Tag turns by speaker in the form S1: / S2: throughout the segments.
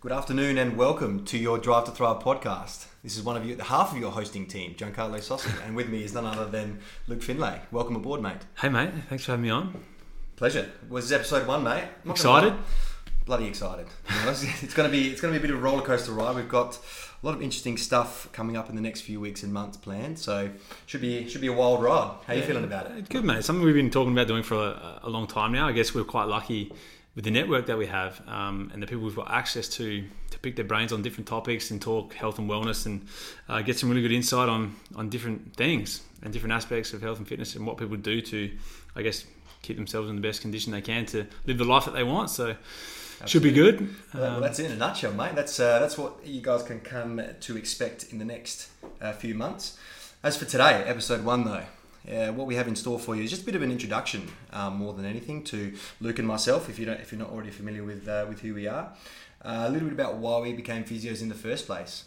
S1: Good afternoon and welcome to your Drive to Thrive podcast. This is one of you, half of your hosting team, Giancarlo Sosi, and with me is none other than Luke Finlay. Welcome aboard, mate.
S2: Hey mate, thanks for having me on.
S1: Pleasure. Was this episode one, mate? I'm not gonna
S2: Excited?
S1: lie. Bloody excited. to be honest. it's gonna be it's gonna be a bit of a roller coaster ride. We've got a lot of interesting stuff coming up in the next few weeks and months planned. So should be should be a wild ride. How you feeling about it?
S2: Good mate. Something we've been talking about doing for a, a long time now. I guess we're quite lucky with the network that we have um, and the people we've got access to to pick their brains on different topics and talk health and wellness and uh, get some really good insight on on different things and different aspects of health and fitness and what people do to, I guess, keep themselves in the best condition they can to live the life that they want. So should be good. Uh,
S1: Well,
S2: Um,
S1: that's it in a nutshell, mate. That's uh, that's what you guys can come to expect in the next uh, few months. As for today, episode one, though, uh, what we have in store for you is just a bit of an introduction, um, more than anything, to Luke and myself. If you don't, if you're not already familiar with uh, with who we are, uh, a little bit about why we became physios in the first place.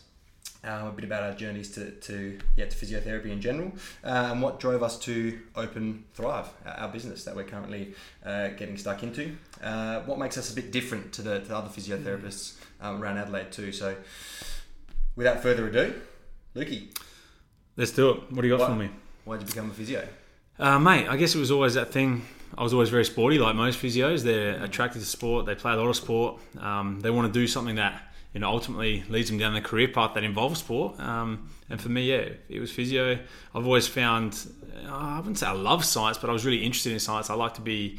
S1: Um, a bit about our journeys to, to yeah to physiotherapy in general, uh, and what drove us to Open Thrive, our our business that we're currently uh, getting stuck into. Uh, what makes us a bit different to the, to the other physiotherapists um, around Adelaide too. So, without further ado, Lukey,
S2: Let's do it. What do you got
S1: What?
S2: for me?
S1: why'd you become a physio?
S2: Uh, mate, I guess it was always that thing. I was always very sporty, like most physios. They're attracted to sport. They play a lot of sport. Um, they want to do something that you know ultimately leads them down the career path that involves sport. Um, and for me, yeah, it was physio. I've always found uh, I wouldn't say I love science, but I was really interested in science. I like to be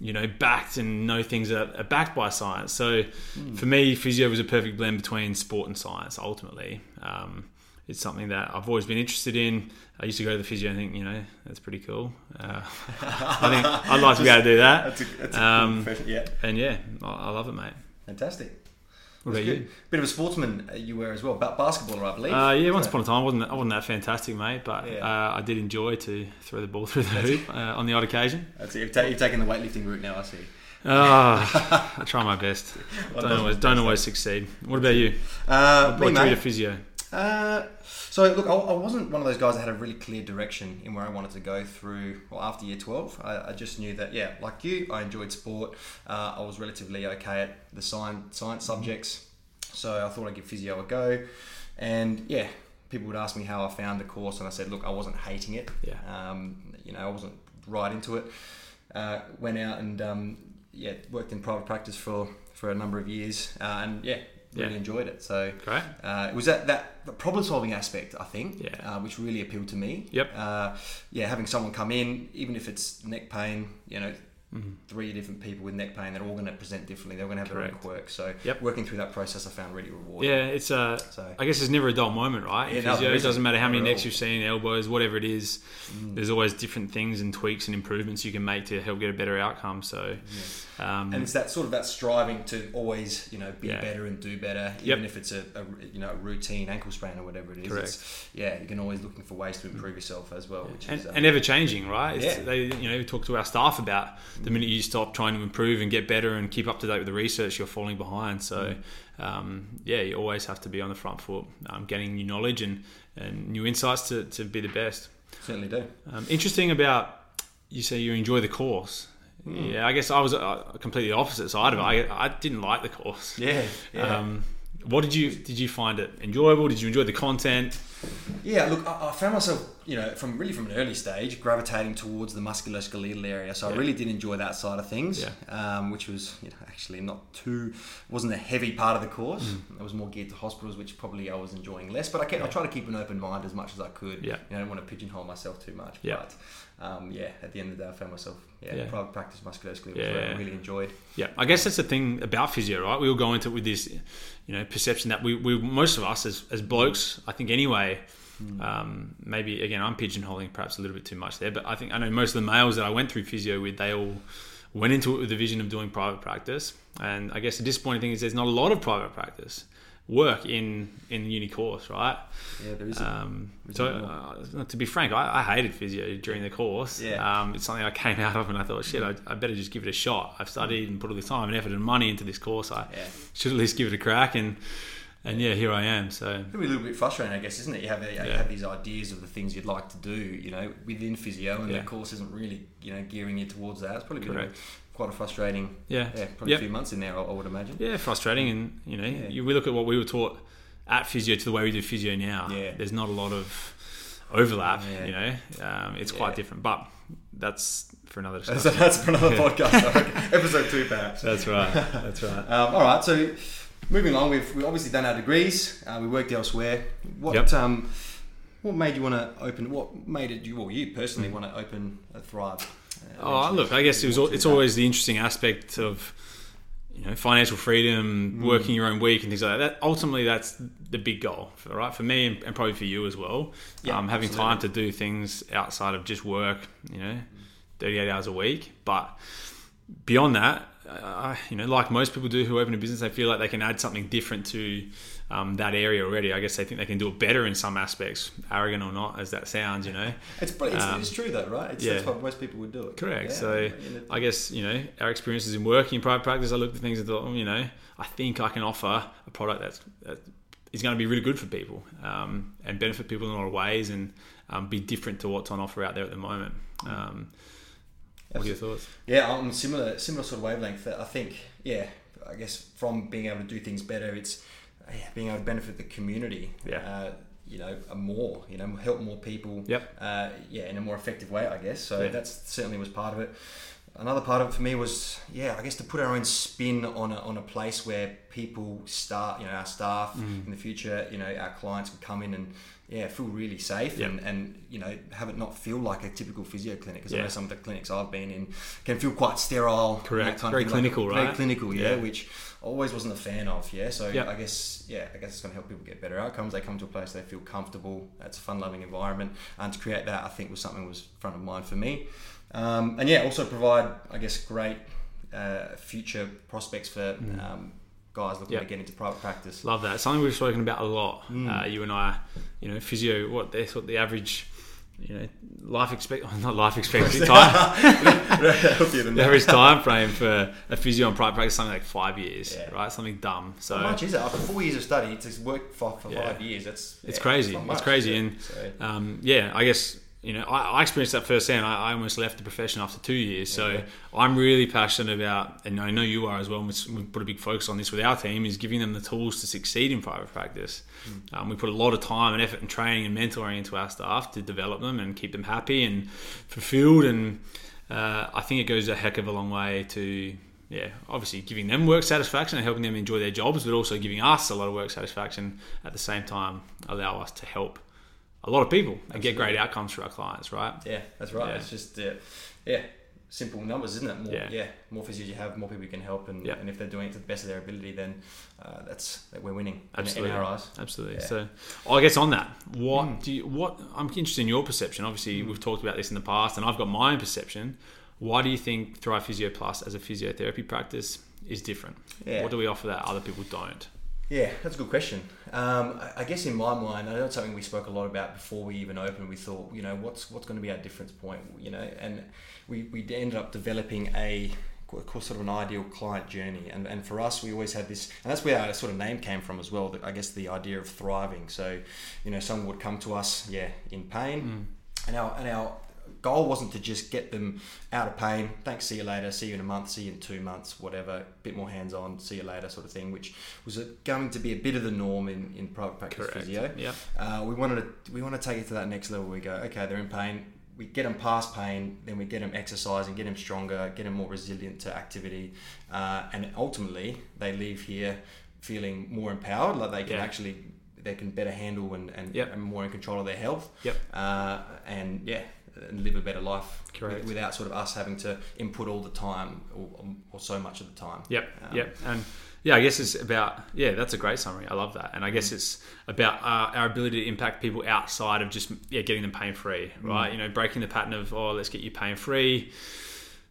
S2: you know backed and know things that are backed by science. So
S1: Hmm.
S2: for me, physio was a perfect blend between sport and science. Ultimately. Um, it's something that I've always been interested in. I used to go to the physio and think, you know, that's pretty cool. Uh, I think I'd like to be able to do that.
S1: a, that's
S2: Um,
S1: yeah,
S2: And yeah, I, I love it, mate.
S1: fantastic.
S2: What about
S1: That's
S2: you?
S1: good. Bit of a sportsman uh, you were as well, but basketballer, I believe.
S2: Uh, yeah, once
S1: So-
S2: upon a time, I wasn't, I wasn't that fantastic, mate, but
S1: Yeah.
S2: uh, I did enjoy to throw the ball through the hoop uh, on the odd occasion.
S1: That's it. You've, ta- you've taken the weightlifting route now. I see.
S2: Uh, I try my best.
S1: Well,
S2: Don't
S1: that's
S2: always,
S1: my
S2: don't
S1: best,
S2: always succeed. What about you?
S1: Uh, me,
S2: What drew you
S1: mate.
S2: to physio?
S1: Uh, so look, I, I wasn't one of those guys that had a really clear direction in where I wanted to go through. Well, after year twelve, I, I just knew that yeah, like you, I enjoyed sport. Uh, I was relatively okay at the science science
S2: Mm-hmm.
S1: subjects, so I thought I'd give physio a go. And yeah, people would ask me how I found the course, and I said, look, I wasn't hating it.
S2: Yeah.
S1: Um, you know, I wasn't right into it. Uh, went out and um, yeah, worked in private practice for for a number of years, uh, and yeah, really
S2: Yeah.
S1: enjoyed it. So.
S2: Great.
S1: Uh, it was that that the problem solving aspect, I think,
S2: Yeah.
S1: uh, which really appealed to me.
S2: Yep.
S1: Uh, yeah, having someone come in, even if it's neck pain, you know,
S2: Mm-hmm.
S1: three different people with neck pain, they're all going to present differently. They're going to have their own
S2: Correct.
S1: quirk. So
S2: Yep.
S1: working through that process, I found really rewarding.
S2: Yeah, it's uh,
S1: So-
S2: I guess there's never a dull moment, right? In
S1: Yeah, no,
S2: physio,
S1: there
S2: it doesn't
S1: isn't.
S2: matter how many
S1: Not at
S2: necks
S1: all. Mm.
S2: you've seen, elbows, whatever it is. There's always different things and tweaks and improvements you can make to help get a better outcome. So, um,
S1: And it's that sort of that striving to always, you know, be
S2: Yeah.
S1: better and do better,
S2: Yep.
S1: even if it's a, a you know a routine ankle sprain or whatever it is.
S2: Correct. Mm.
S1: It's, yeah, you can always looking for ways to improve yourself as well, which
S2: and,
S1: is uh,
S2: and ever changing, right? It's,
S1: Yeah.
S2: They, you know, we talk to our staff about the minute you stop trying to improve and get better and keep up to date with the research, you're falling behind. So,
S1: Mm.
S2: um, yeah, you always have to be on the front foot, um, getting new knowledge and, and new insights to, to be the best.
S1: certainly do.
S2: Um, interesting about you say you enjoy the course. Yeah, I guess I was uh, completely the opposite side of it. I, I didn't like the course.
S1: Yeah. yeah.
S2: Um, what did you did you find it enjoyable? Did you enjoy the content?
S1: Yeah, look, I, I found myself, you know, from really from an early stage, gravitating towards the musculoskeletal area. So I
S2: Yeah.
S1: really did enjoy that side of things,
S2: Yeah.
S1: um, which was, you know, actually not too wasn't a heavy part of the course.
S2: Mm.
S1: It was more geared to hospitals, which probably I was enjoying less. But I kept, I tried to keep an open mind as much as I could.
S2: Yeah.
S1: you know, I didn't want to pigeonhole myself too much.
S2: Yeah.
S1: But um, yeah, at the end of the day, I found myself, yeah,
S2: Yeah.
S1: private practice musculoskeletal was
S2: Yeah.
S1: where I really enjoyed.
S2: Yeah, I guess that's the thing about physio, right? We all go into it with this, you know, perception that we, we most of us as, as blokes, I think anyway, um, maybe again, I'm pigeonholing perhaps a little bit too much there, but I think I know most of the males that I went through physio with, they all went into it with the vision of doing private practice. And I guess the disappointing thing is there's not a lot of private practice work in in the uni course, right?
S1: Yeah, there is. a
S2: Um, so, uh, to be frank, I, I hated physio during the course.
S1: Yeah.
S2: Um, it's something I came out of, and I thought, shit, I, I better just give it a
S1: Mm.
S2: shot. I've studied and put all this time and effort and money into this course. I
S1: Yeah.
S2: should at least give it a crack. And and yeah, here I am. So
S1: It'll be a little bit frustrating, I guess, isn't it? You have a, you
S2: Yeah.
S1: have these ideas of the things you'd like to do, you know, within physio, and
S2: Yeah.
S1: the course isn't really, you know, gearing you towards that. It's probably been
S2: Correct.
S1: quite a frustrating,
S2: yeah,
S1: yeah, probably
S2: Yep.
S1: a few months in there, I, I would imagine.
S2: Yeah, frustrating, and you know,
S1: Yeah.
S2: you, we look at what we were taught at physio to the way we do physio now.
S1: Yeah.
S2: there's not a lot of overlap.
S1: Yeah.
S2: You know, um, it's quite
S1: Yeah. different,
S2: different, but that's for another
S1: So
S2: discussion.
S1: that's for another podcast, I reckon. episode two, perhaps.
S2: that's right. That's right.
S1: Um, all right, so moving on, we've, we've obviously done our degrees. Uh, we worked elsewhere. What
S2: Yep.
S1: um, what made you want to open? What made it you? Well, you personally want to open a Thrive? Uh,
S2: Mm. Oh,
S1: eventually?
S2: look, I guess it was, al- it's always the interesting aspect of you know financial freedom,
S1: Mm.
S2: working your own week, and things like that. that ultimately, that's the big goal, for- right? For me, and, and probably for you as well.
S1: Yeah,
S2: um, having
S1: absolutely.
S2: time to do things outside of just work, you know, thirty-eight hours a week. But beyond that, uh, you know, like most people do who open a business, they feel like they can add something different to um, that area already. I guess they think they can do it better in some aspects, arrogant or not, as that sounds, you know.
S1: It's, pretty- it's,
S2: um,
S1: it's true though, right? It's, That's
S2: yeah.
S1: why most people would do it.
S2: Correct.
S1: Yeah,
S2: So
S1: and it-
S2: I guess you know our experiences in working in private practice. I looked at things and thought, oh, you know, I think I can offer a product that's that is going to be really good for people um, and benefit people in a lot of ways and um, be different to what's on offer out there at the moment. Um, what are your thoughts?
S1: Yeah, I'm similar similar sort of wavelength. I think yeah, I guess from being able to do things better, it's yeah, being able to benefit the community.
S2: Yeah.
S1: Uh, you know, more. You know, help more people.
S2: Yep.
S1: Uh, yeah, in a more effective way, I guess. So
S2: Yeah.
S1: that's certainly was part of it. Another part of it for me was yeah, I guess to put our own spin on a, on a place where people start, you know, our staff
S2: Mm.
S1: in the future, you know, our clients can come in and yeah, feel really safe
S2: Yep.
S1: and, and you know have it not feel like a typical physio clinic because I know
S2: Yeah.
S1: some of the clinics I've been in can feel quite sterile. and
S2: Correct.
S1: that kind of
S2: Very
S1: thing,
S2: clinical,
S1: Very
S2: right?
S1: clinical, yeah,
S2: Yeah.
S1: which I always wasn't a fan of, yeah. So
S2: Yep.
S1: I guess, yeah, I guess it's going to help people get better outcomes. They come to a place they feel comfortable. It's a fun-loving environment, and to create that, I think was something that was front of mind for me. Um, and yeah, also provide, I guess, great uh, future prospects for
S2: Mm.
S1: um, guys looking to
S2: Yep.
S1: get into private practice.
S2: Love that. Something we've spoken about a lot. Uh, you and I, you know, physio. What they thought the average, you know, life expect not life expectancy time.
S1: Healthier than
S2: The
S1: that.
S2: average time frame for a physio in private practice is something like five years,
S1: Yeah.
S2: right? Something dumb. So
S1: How much is it? After four years of study, to work for, for
S2: Yeah.
S1: five years, that's
S2: It's
S1: yeah,
S2: crazy.
S1: not
S2: It's,
S1: much,
S2: crazy,
S1: yeah.
S2: and
S1: So-
S2: um, yeah, I guess you know I, I experienced that firsthand. I, I almost left the profession after two years, so
S1: Yeah.
S2: I'm really passionate about, and I know you are as well. And we s- we put a big focus on this with our team is giving them the tools to succeed in private practice.
S1: Hmm.
S2: Um, we put a lot of time and effort and training and mentoring into our staff to develop them and keep them happy and fulfilled. And uh, I think it goes a heck of a long way to. Yeah, obviously giving them work satisfaction and helping them enjoy their jobs, but also giving us a lot of work satisfaction at the same time, allow us to help a lot of people and get great outcomes for our clients, right?
S1: Yeah, that's right.
S2: Yeah.
S1: It's just uh, yeah, simple numbers, isn't it? More, yeah.
S2: Yeah.
S1: more physios you have, more people you can help, and,
S2: Yeah.
S1: and if they're doing it to the best of their ability, then uh, that's that we're winning. in-
S2: Absolutely.
S1: in our eyes.
S2: Absolutely.
S1: Yeah. Hmm.
S2: So, I guess on that, what do you? What I'm interested in your perception. Obviously, we've talked about this in the past, and I've got my own perception. Why do you think Thrive Physio Plus as a physiotherapy practice is different?
S1: Yeah.
S2: What do we offer that other people don't?
S1: Yeah, that's a good question. Um, I- I guess in my mind, I know it's something we spoke a lot about before we even opened. We thought, you know, what's what's going to be our difference point, you know, and we, we ended up developing a qu- qu- sort of an ideal client journey. And, and for us, we always had this, and that's where our sort of name came from as well. that- I guess the idea of thriving. So, you know, someone would come to us, yeah, in pain, and our and our goal wasn't to just get them out of pain. Thanks, see you later. See you in a month. See you in two months. Whatever. Bit more hands on. See you later, sort of thing. Which was a, going to be a bit of the norm in, in private practice physio.
S2: Yeah.
S1: Uh, we wanted to we want to take it to that next level. We go, okay, they're in pain. We get them past pain, then we get them exercising, get them stronger, get them more resilient to activity, uh, and ultimately they leave here feeling more empowered, like they can
S2: Yeah.
S1: actually they can better handle and and,
S2: Yep.
S1: and more in control of their health.
S2: Yep.
S1: Uh, and yeah, and live a better life
S2: Correct.
S1: without sort of us having to input all the time or, or so much of the time.
S2: Yep.
S1: Um,
S2: yep. And yeah, I guess it's about yeah. That's a great summary. I love that. And I guess
S1: Mm.
S2: it's about uh, our ability to impact people outside of just yeah getting them pain free,
S1: Mm.
S2: right? You know, breaking the pattern of oh let's get you pain free,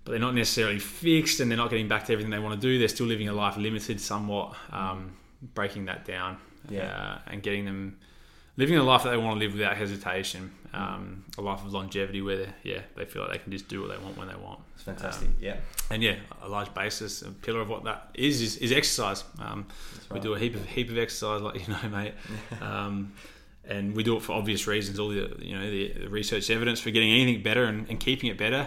S2: but they're not necessarily fixed and they're not getting back to everything they want to do. They're still living a life limited somewhat. Um, breaking that down,
S1: Yeah.
S2: uh, and getting them. living a life that they want to live without hesitation, um, a life of longevity where they, yeah they feel like they can just do what they want when they want.
S1: It's fantastic.
S2: Um,
S1: yeah.
S2: and yeah, a large basis, a pillar of what that is is, is exercise. Um,
S1: That's
S2: we
S1: right.
S2: do a heap of heap of exercise, like you know, mate. Um, and we do it for obvious reasons. All the you know the, the research evidence for getting anything better and, and keeping it better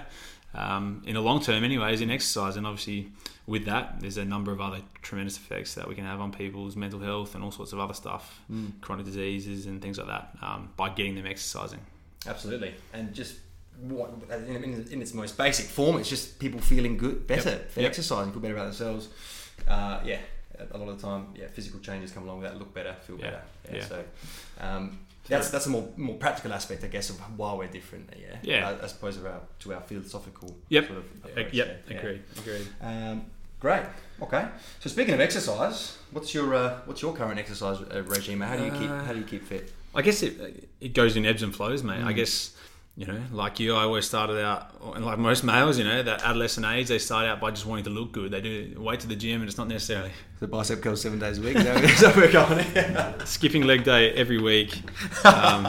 S2: um, in the long term, anyways, in exercise. And obviously, with that, there's a number of other tremendous effects that we can have on people's mental health and all sorts of other stuff,
S1: Mm.
S2: chronic diseases and things like that, um, by getting them exercising.
S1: Absolutely, and just what in, in, in its most basic form, it's just people feeling good, better, they
S2: Yep.
S1: exercising, feel better about themselves. Uh, yeah, a lot of the time, yeah, physical changes come along with that. Look better, feel
S2: Yeah.
S1: better. Yeah,
S2: Yeah.
S1: So um, that's that's a more more practical aspect, I guess, of why we're different. Yeah,
S2: Yeah.
S1: I, I suppose of our, to our philosophical
S2: Yep.
S1: sort of
S2: Ag-
S1: approach,
S2: yep,
S1: yeah.
S2: agreed, agreed.
S1: Um, great. Okay. So speaking of exercise, what's your uh, what's your current exercise uh, regime? How do you keep
S2: Uh,
S1: how do you keep fit?
S2: I guess it it goes in ebbs and flows, mate. I guess you know, like you, I always started out, and like most males, you know, that adolescent age, they start out by just wanting to look good. They do wait to the gym, and it's not necessarily
S1: The bicep curls seven days a week. Is that, is that where we're going?
S2: skipping leg day every week, um,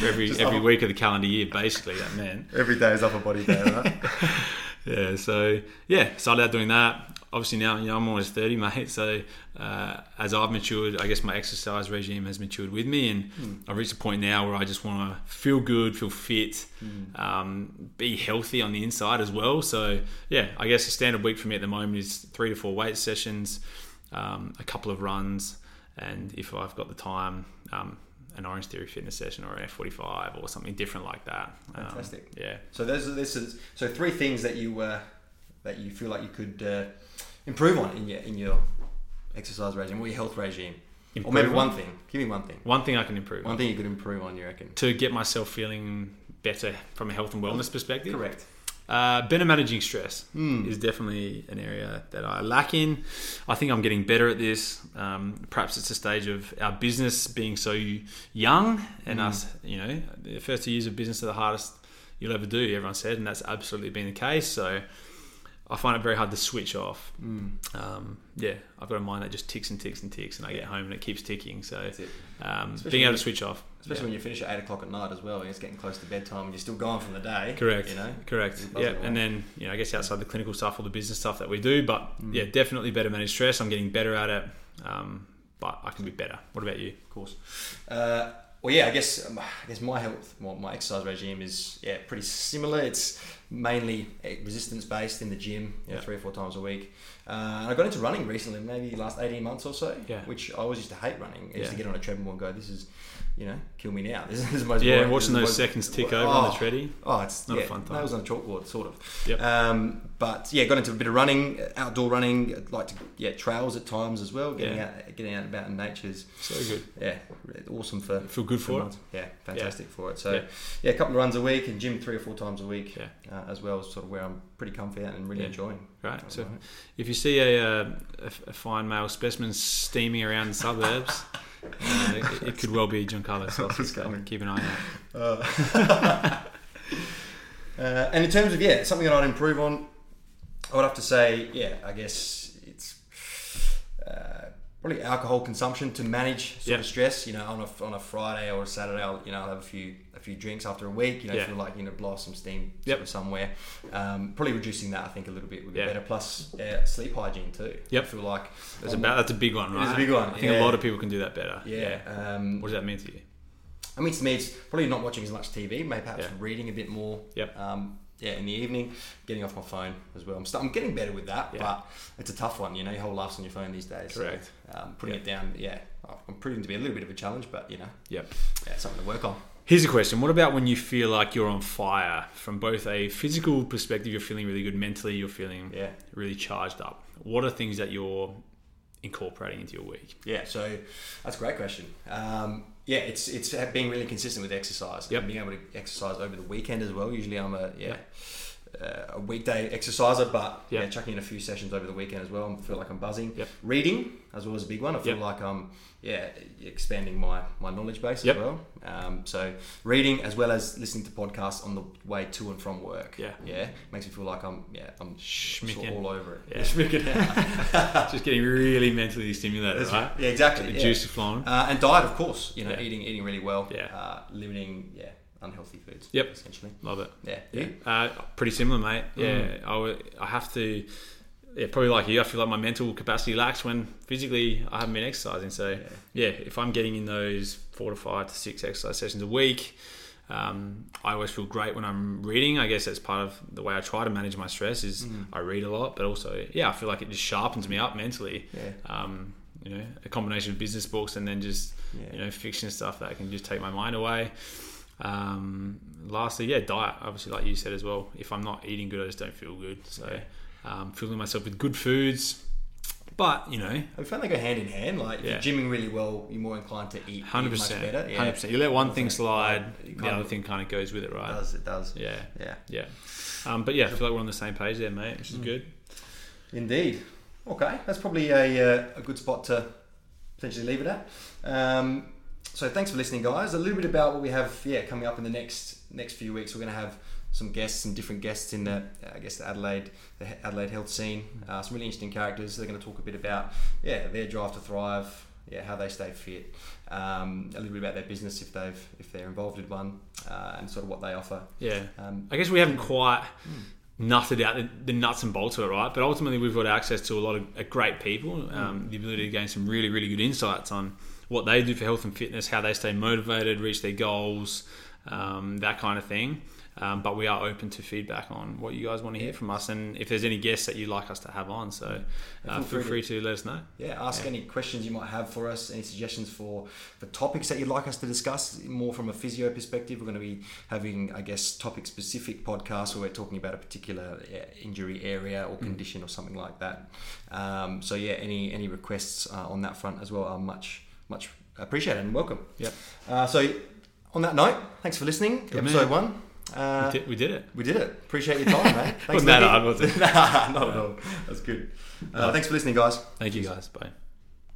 S2: for every
S1: Just
S2: every
S1: up-
S2: week of the calendar year, basically. That man,
S1: Every day is upper body day, right?
S2: yeah. So yeah, started out doing that. Obviously now, you know, I'm almost thirty, mate. So uh, as I've matured, I guess my exercise regime has matured with me, and I've reached a point now where I just want to feel good, feel fit,
S1: Hmm.
S2: um, be healthy on the inside as well. So yeah, I guess a standard week for me at the moment is three to four weight sessions, um, a couple of runs, and if I've got the time. Um, an Orange Theory fitness session or an F45 or something different like that. Um,
S1: Fantastic.
S2: yeah.
S1: so those are this is so three things that you uh, that you feel like you could uh, improve on in your in your exercise regime or your health regime, or maybe
S2: Improve
S1: one thing. Give me one thing.
S2: One thing I can improve on.
S1: One thing you could improve on, you reckon?
S2: to get myself feeling better from a health and wellness perspective.
S1: Correct.
S2: Uh, better managing stress
S1: Hmm.
S2: is definitely an area that I lack in. I think I'm getting better at this. Um, perhaps it's a stage of our business being so young and
S1: Hmm.
S2: us, you know, the first two years of business are the hardest you'll ever do, everyone said, and that's absolutely been the case. So I find it very hard to switch off.
S1: Hmm.
S2: Um, yeah, I've got a mind that just ticks and ticks and ticks, and I get home and it keeps ticking. So
S1: That's it.
S2: um,
S1: Especially
S2: being able
S1: when-
S2: to switch off.
S1: Especially when you finish at eight o'clock at night as well, and it's getting close to bedtime, and you're still gone from the day.
S2: Correct.
S1: You know.
S2: Correct.
S1: It does
S2: Yeah,
S1: it well.
S2: and then you know, I guess outside the clinical stuff or the business stuff that we do, but
S1: Mm.
S2: yeah, definitely better manage stress. I'm getting better at it, um, but I can be better. What about you?
S1: Of course. Uh, well, yeah, I guess um, I guess my health, well, my exercise regime is yeah pretty similar. It's mainly eh, resistance based in the gym, you know,
S2: Yeah.
S1: three or four times a week. Uh, and I got into running recently, maybe last eighteen months or so.
S2: Yeah.
S1: Which I always used to hate running. I used to
S2: Yeah.
S1: get on a treadmill and go, "This is, you know, kill me now." This is, this is the most
S2: Yeah,
S1: boring-
S2: watching
S1: this
S2: those
S1: is the most-
S2: seconds tick over on
S1: Oh,
S2: the treadie.
S1: Oh, it's
S2: Not a
S1: yeah,
S2: fun time.
S1: Nails on a chalkboard, sort of.
S2: Yep.
S1: Um, but yeah, got into a bit of running, uh, outdoor running. I'd Like to yeah, trails at times as well. Getting
S2: Yeah.
S1: out, getting out and about in nature's
S2: So good.
S1: yeah, awesome for
S2: Feel good for it.
S1: Yeah, fantastic for it. So yeah.
S2: Yeah.
S1: a couple of runs a week and gym three or four times a week
S2: Yeah.
S1: uh, as well. Is sort of where I'm pretty comfy at and really
S2: Yeah.
S1: enjoying.
S2: Right.
S1: at the
S2: So
S1: moment.
S2: if you see a, uh, a, a fine male specimen steaming around the suburbs, uh, it, it could well be Giancarlo Salsi.
S1: was
S2: So
S1: coming.
S2: keep an eye out.
S1: Uh, uh, and in terms of yeah, something that I'd improve on, I would have to say yeah, I guess it's uh, probably alcohol consumption to manage sort
S2: Yeah.
S1: of stress. You know, on a on a Friday or a Saturday, I'll you know I'll have a few a few drinks after a week. You know,
S2: Yeah.
S1: feel like you know blow off some steam
S2: Yep.
S1: sort of somewhere. Um, probably reducing that I think a little bit would be
S2: Yeah.
S1: better. Plus uh, sleep hygiene too.
S2: Yep.
S1: I feel like
S2: That's, about, that's a big one,
S1: It
S2: right?
S1: is a big one,
S2: I think
S1: yeah.
S2: a lot of people can do that better.
S1: yeah. Um,
S2: What does that mean to you?
S1: I mean, to me, it's probably not watching as much TV, maybe perhaps
S2: Yeah.
S1: reading a bit more.
S2: Yep.
S1: Um, yeah, in the evening, getting off my phone as well. I'm, st- I'm getting better with that,
S2: Yeah.
S1: but it's a tough one. You know, your whole life's on your phone these days. so,
S2: Correct.
S1: um, putting it down, yeah, I'm proving to be a little bit of a challenge, but you know,
S2: Yep.
S1: yeah, it's something to work on.
S2: Here's a question. What about when you feel like you're on fire from both a physical perspective, you're feeling really good mentally, you're feeling
S1: Yeah.
S2: really charged up? What are things that you're incorporating into your week?
S1: Yeah, so that's a great question. Um, yeah, it's it's being really consistent with exercise.
S2: Yep.
S1: And being able to exercise over the weekend as well. Usually, I'm a yeah. uh, a weekday exerciser, but
S2: Yep.
S1: yeah, chucking in a few sessions over the weekend as well. I feel like I'm buzzing.
S2: Yep.
S1: Reading as well as a big one. I feel
S2: Yep.
S1: like I'm yeah expanding my, my knowledge base
S2: Yep.
S1: as well. Um, so reading as well as listening to podcasts on the way to and from work.
S2: Yeah.
S1: yeah, makes me feel like I'm yeah I'm sort of
S2: Schmicking.
S1: all over it.
S2: Yeah. Just getting really mentally stimulated,
S1: That's
S2: right?
S1: right. Yeah, exactly.
S2: The
S1: yeah.
S2: juice is flowing.
S1: Uh, and diet, of course. You know,
S2: Yeah.
S1: eating eating really well.
S2: Yeah.
S1: Uh, limiting yeah unhealthy foods.
S2: Yep.
S1: Essentially.
S2: Love it.
S1: Yeah.
S2: Yeah.
S1: You?
S2: Uh, pretty similar, mate. Yeah.
S1: Mm.
S2: I would- I have to, yeah, probably like you, I feel like my mental capacity lacks when physically I haven't been exercising. So, yeah,
S1: Yeah.
S2: if I'm getting in those four to five to six exercise sessions a week, um, I always feel great when I'm reading. I guess that's part of the way I try to manage my stress is I read a lot, but also, yeah, I feel like it just sharpens me up mentally.
S1: Yeah.
S2: Um, you know, a combination of business books and then just
S1: Yeah.
S2: you know fiction stuff that can just take my mind away. Um, lastly, yeah, diet. Obviously, like you said as well, if I'm not eating good, I just don't feel good. So, um, filling myself with good foods, but you know,
S1: I found they go hand in hand. Like
S2: Yeah.
S1: if you're gymming really well, you're more inclined to eat eat
S2: hundred
S1: much
S2: percent,
S1: better. Yeah.
S2: hundred percent. You let one thing
S1: It
S2: slide,
S1: kind
S2: the other
S1: of-
S2: thing kind of goes with it,
S1: It
S2: right?
S1: does. It does.
S2: Yeah,
S1: Yeah.
S2: yeah. Um, but yeah, I feel like we're on the same page there, mate,
S1: Mm.
S2: which is good.
S1: Indeed. Okay, that's probably a, uh, a good spot to potentially leave it at. Um, so thanks for listening, guys. A little bit about what we have, yeah, coming up in the next next few weeks. We're going to have some guests, some different guests in the, I guess, the Adelaide, the he- Adelaide health scene. Uh, some really interesting characters. They're going to talk a bit about, yeah, their drive to thrive, yeah, how they stay fit, um, a little bit about their business if they've if they're involved in one, uh, and sort of what they offer.
S2: Yeah.
S1: Um,
S2: I guess we haven't quite nutted out the, the nuts and bolts of it, right? But ultimately, we've got access to a lot of uh, great people,
S1: Mm.
S2: um, the ability to gain some really, really good insights on what they do for health and fitness, how they stay motivated, reach their goals, um, that kind of thing. Um, but we are open to feedback on what you guys want to hear from us, and if there's any guests that you'd like us to have on, so uh,
S1: feel
S2: feel
S1: free
S2: free to let us know.
S1: Yeah, ask any questions you might have for us, any suggestions for for topics that you'd like us to discuss more from a physio perspective. We're going to be having, I guess, topic specific podcasts where we're talking about a particular yeah, injury area
S2: Mm.
S1: or condition or something like that. Um, so yeah, any any requests uh, on that front as well are much much appreciated and welcome.
S2: Yep.
S1: Uh, so on that note, thanks for listening.
S2: Good
S1: episode
S2: man.
S1: one. Uh,
S2: we, did, we did it.
S1: we did it. Appreciate your time, mate. Thanks
S2: Wasn't that
S1: Nicky.
S2: hard, was it?
S1: nah, not at all. That's good. Uh, thanks for listening, guys.
S2: Thank you guys. Bye.